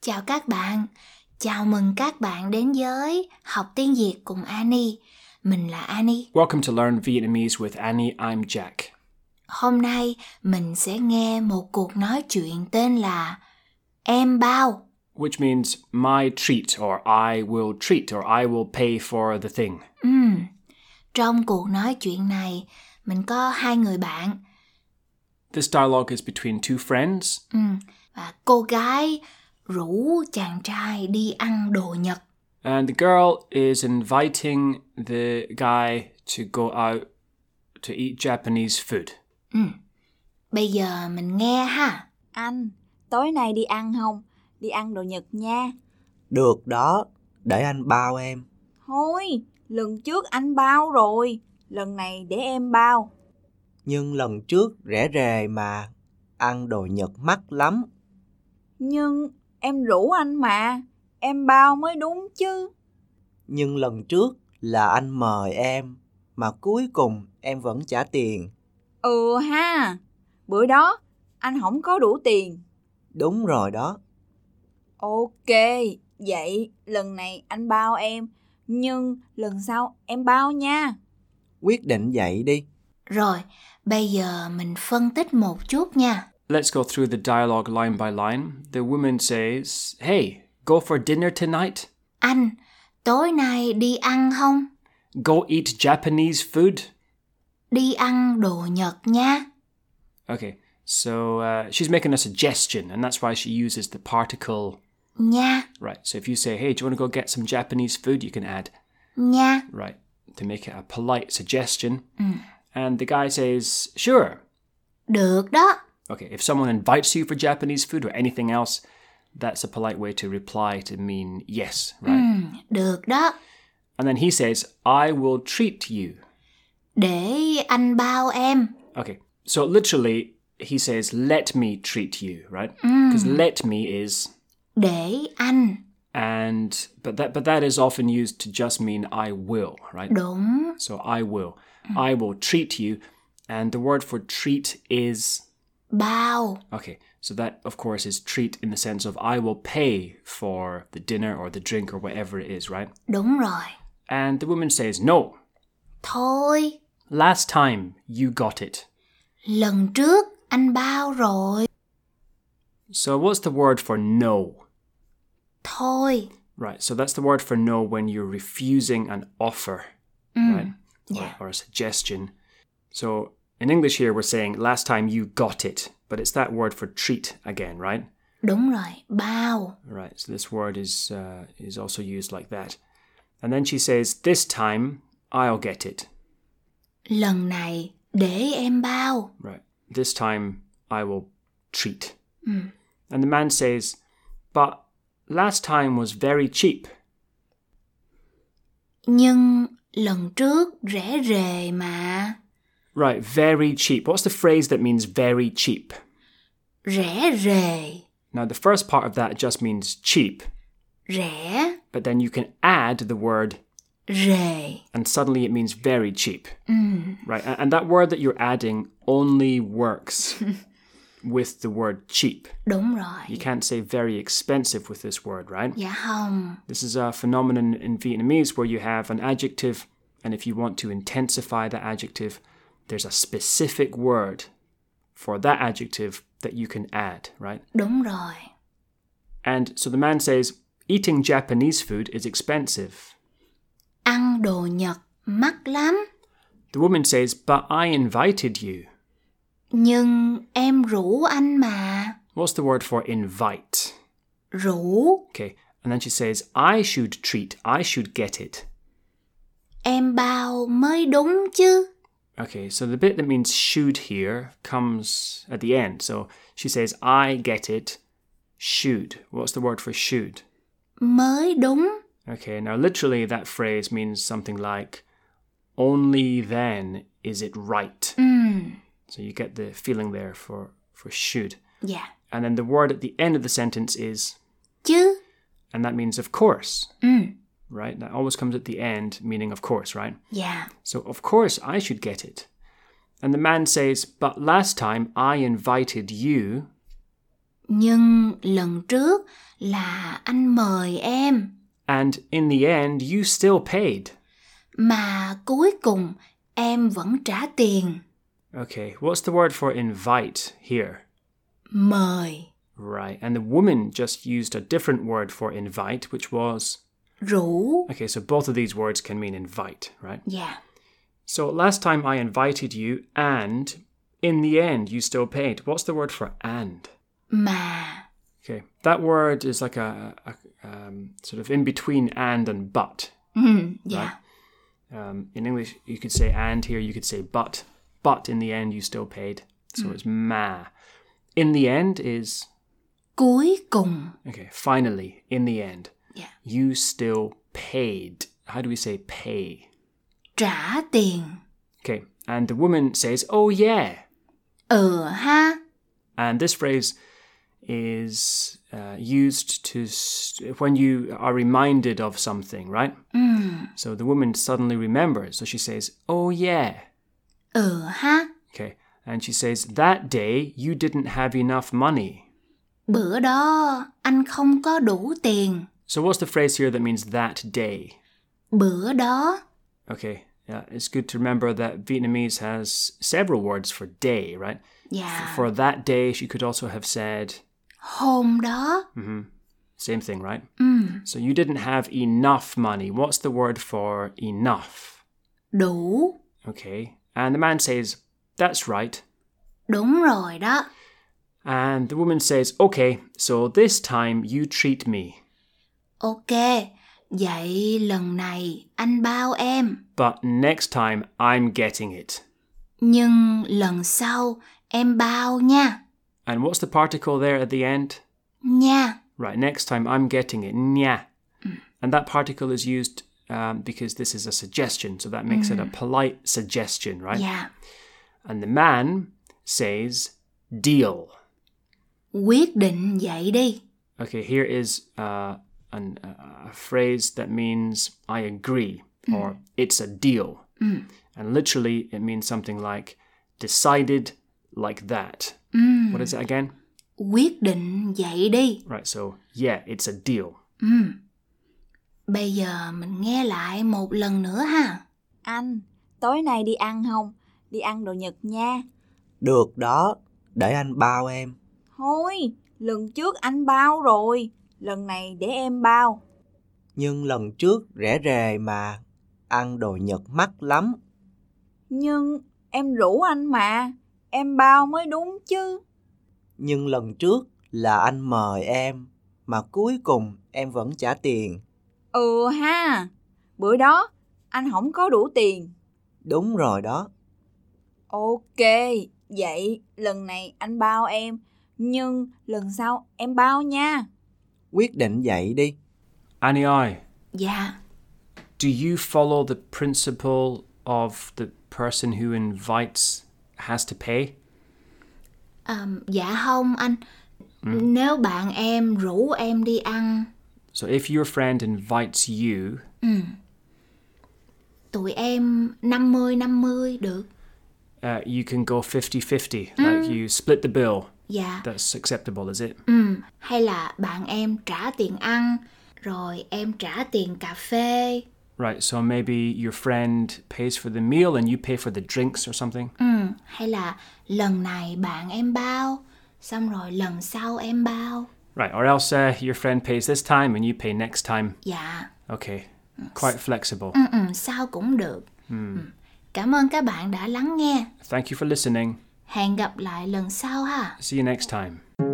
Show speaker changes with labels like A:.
A: Chào các bạn, chào mừng các bạn đến với học tiếng Việt cùng Annie. Mình là Annie.
B: Welcome to Learn Vietnamese with Annie. I'm Jack.
A: Hôm nay mình sẽ nghe một cuộc nói chuyện tên là Em bao.
B: which means my treat or I will treat or I will pay for the thing.
A: Ừm, Trong cuộc nói chuyện này, mình có hai người bạn.
B: This dialogue is between two friends.
A: Ừm, Và cô gái rủ chàng trai đi ăn đồ Nhật.
B: And the girl is inviting the guy to go out to eat Japanese food.
A: Bây giờ mình nghe ha.
C: Anh, tối nay đi ăn không? Đi ăn đồ Nhật nha.
D: Được đó, để anh bao em.
C: Thôi, lần trước anh bao rồi, lần này để em bao.
D: Nhưng lần trước rẻ rề mà, ăn đồ Nhật mắc lắm.
C: Nhưng em rủ anh mà, em bao mới đúng chứ.
D: Nhưng lần trước là anh mời em, mà cuối cùng em vẫn trả tiền.
C: Ừ ha, bữa đó anh không có đủ tiền.
D: Đúng rồi đó,
C: Ok, vậy lần này anh bao em, nhưng lần sau em bao nha.
D: quyết định vậy đi.
A: Rồi, bây giờ mình phân tích một chút nha.
B: Let's go through the dialogue line by line. The woman says, Hey, go for dinner tonight?
A: Anh, tối nay đi ăn không?
B: Go eat Japanese food?
A: Đi ăn đồ Nhật nha.
B: Okay, so uh, she's making a suggestion, and that's why she uses the particle
A: Nha,
B: Right. So if you say, "Hey, do you want to go get some Japanese food?" you can add
A: nha.
B: right to make it a polite suggestion. And the guy says, "Sure."
A: Được đó.
B: Okay. If someone invites you for Japanese food or anything else, that's a polite way to reply to mean yes, right?
A: Ừ, được đó.
B: And then he says, "I will treat you."
A: Để anh bao em.
B: Okay. So literally, he says, "Let me treat you," right? Because "let me" is
A: Để anh.
B: and but that but that is often used to just mean I will, right?
A: Đúng.
B: So I will. I will treat you. And the word for treat is.
A: Bao.
B: Okay, so that of course is treat in the sense of I will pay for the dinner or the drink or whatever it is, right?
A: Đúng rồi.
B: And the woman says, No,
A: Thôi,
B: last time you got it.
A: lần trước anh bao rồi.
B: So what's the word for no?
A: Thôi.
B: Right, so that's the word for no when you're refusing an offer,
A: Ừ,
B: right? Or,
A: Mm. yeah.
B: or a suggestion. So in English here, we're saying last time you got it, but it's that word for treat again, right?
A: Đúng rồi. Bao.
B: Right, so this word is uh, is also used like that. And then she says, "This time I'll get it."
A: Lần này để em bao.
B: Right. This time I will treat.
A: Ừ.
B: And the man says, "But last time was very cheap."
A: Nhưng lần trước rẻ rề mà.
B: Right, very cheap. What's the phrase that means very cheap?
A: Rẻ rề.
B: Now, the first part of that just means cheap,
A: Rẻ
B: but then you can add the word
A: rề.
B: and suddenly it means very cheap.
A: Ừ.
B: Right, a- and that word that you're adding only works with the word cheap.
A: Đúng rồi.
B: You can't say very expensive with this word, right?
A: Dạ không.
B: This is a phenomenon in Vietnamese where you have an adjective, and if you want to intensify that adjective, there's a specific word for that adjective that you can add, right?
A: Đúng rồi.
B: And so the man says, eating Japanese food is expensive.
A: Ăn đồ Nhật mắc lắm.
B: The woman says, but I invited you.
A: Nhưng em rủ anh mà.
B: What's the word for invite?
A: Rủ.
B: Okay, and then she says, I should treat, I should get it.
A: Em bao mới đúng chứ.
B: Okay, so the bit that means should here comes at the end. So she says, I get it, should. What's the word for should?
A: Mới đúng.
B: Okay, now literally that phrase means something like, only then is it right.
A: Ừ, Ừm.
B: So you get the feeling there for, for should.
A: Dạ.
B: And then the word at the end of the sentence is,
A: Chứ. Ừ,
B: and that means of course,
A: Ừm.
B: right? That always comes at the end, meaning of course, right?
A: Dạ.
B: So of course I should get it. And the man says, but last time I invited you.
A: nhưng lần trước là anh mời em
B: And in the end, you still paid.
A: mà cuối cùng em vẫn trả tiền
B: Okay, what's the word for invite here?
A: mời
B: Right, and the woman just used a different word for invite, which was.
A: rủ
B: Okay, so both of these words can mean invite, right?
A: dạ
B: So last time I invited you, and in the end, you still paid. What's the word for and?
A: mà
B: Okay, that word is like a, a um, sort of in between and and but.
A: ừ, dạ
B: Um, in English, you could say and here, you could say but. But in the end, you still paid. So it's ma. In the end is,
A: cuối cùng
B: okay, finally, in the end,
A: dạ
B: you still paid. How do we say pay?
A: trả tiền
B: Okay, and the woman says, oh yeah.
A: ừ ha
B: And this phrase is uh, used to s when you are reminded of something, right?
A: ừ
B: So the woman suddenly remembers. So she says, "Oh yeah."
A: ừ ha
B: Okay. And she says, "That day you didn't have enough money."
A: bữa đó anh không có đủ tiền
B: So what's the phrase here that means that day?
A: bữa đó
B: Okay. Yeah, it's good to remember that Vietnamese has several words for day, right?
A: dạ
B: For that day, she could also have said mm-hmm,
A: hôm đó
B: same thing, right?
A: ừ
B: So you didn't have enough money. What's the word for enough?
A: đủ
B: Okay. And the man says, That's right.
A: đúng rồi đó
B: And the woman says, Okay, so this time you treat me.
A: ok vậy lần này anh bao em
B: But next time I'm getting it.
A: nhưng lần sau em bao nha
B: And what's the particle there at the end?
A: nha
B: Right, next time I'm getting it. Nya. And that particle is used um, because this is a suggestion, so that makes it a polite suggestion, right?
A: dạ
B: And the man says, Deal.
A: quyết định vậy đi
B: Okay, here is uh, an, uh, a phrase that means I agree or it's a deal. And literally, it means something like decided like that.
A: Ừm,
B: What is it again?
A: Ừ, quyết định vậy đi
B: Right, so yeah, it's a deal.
A: Ừm. Ừ. bây giờ mình nghe lại một lần nữa ha
C: Anh, tối nay đi ăn không? Đi ăn đồ Nhật nha.
D: Được đó, để anh bao em.
C: Thôi, lần trước anh bao rồi, lần này để em bao.
D: Nhưng lần trước rẻ rề mà, ăn đồ Nhật mắc lắm.
C: Nhưng em rủ anh mà, em bao mới đúng chứ.
D: Nhưng lần trước là anh mời em, mà cuối cùng em vẫn trả tiền.
C: Ừ ha, bữa đó anh không có đủ tiền.
D: Đúng rồi đó,
C: Ok, vậy lần này anh bao em, nhưng lần sau em bao nha.
D: quyết định vậy đi.
B: Annie I,
A: dạ
B: do you follow the principle of the person who invites has to pay?
A: À, dạ không anh nếu bạn em rủ em đi ăn
B: So if your friend invites you,
A: tụi em 50 50 được
B: uh, you can go 50 50, like you split the bill.
A: dạ
B: That's acceptable, is it?
A: hay là bạn em trả tiền ăn rồi em trả tiền cà phê
B: Right, so maybe your friend pays for the meal and you pay for the drinks or something.
A: ừ. hay là lần này bạn em bao xong rồi lần sau em bao
B: Right, or else uh, your friend pays this time and you pay next time.
A: dạ
B: Okay, quite flexible.
A: ừ, ừ, sao cũng được Ừ. cảm ơn các bạn đã lắng nghe
B: Thank you for listening.
A: hẹn gặp lại lần sau ha
B: See you next time.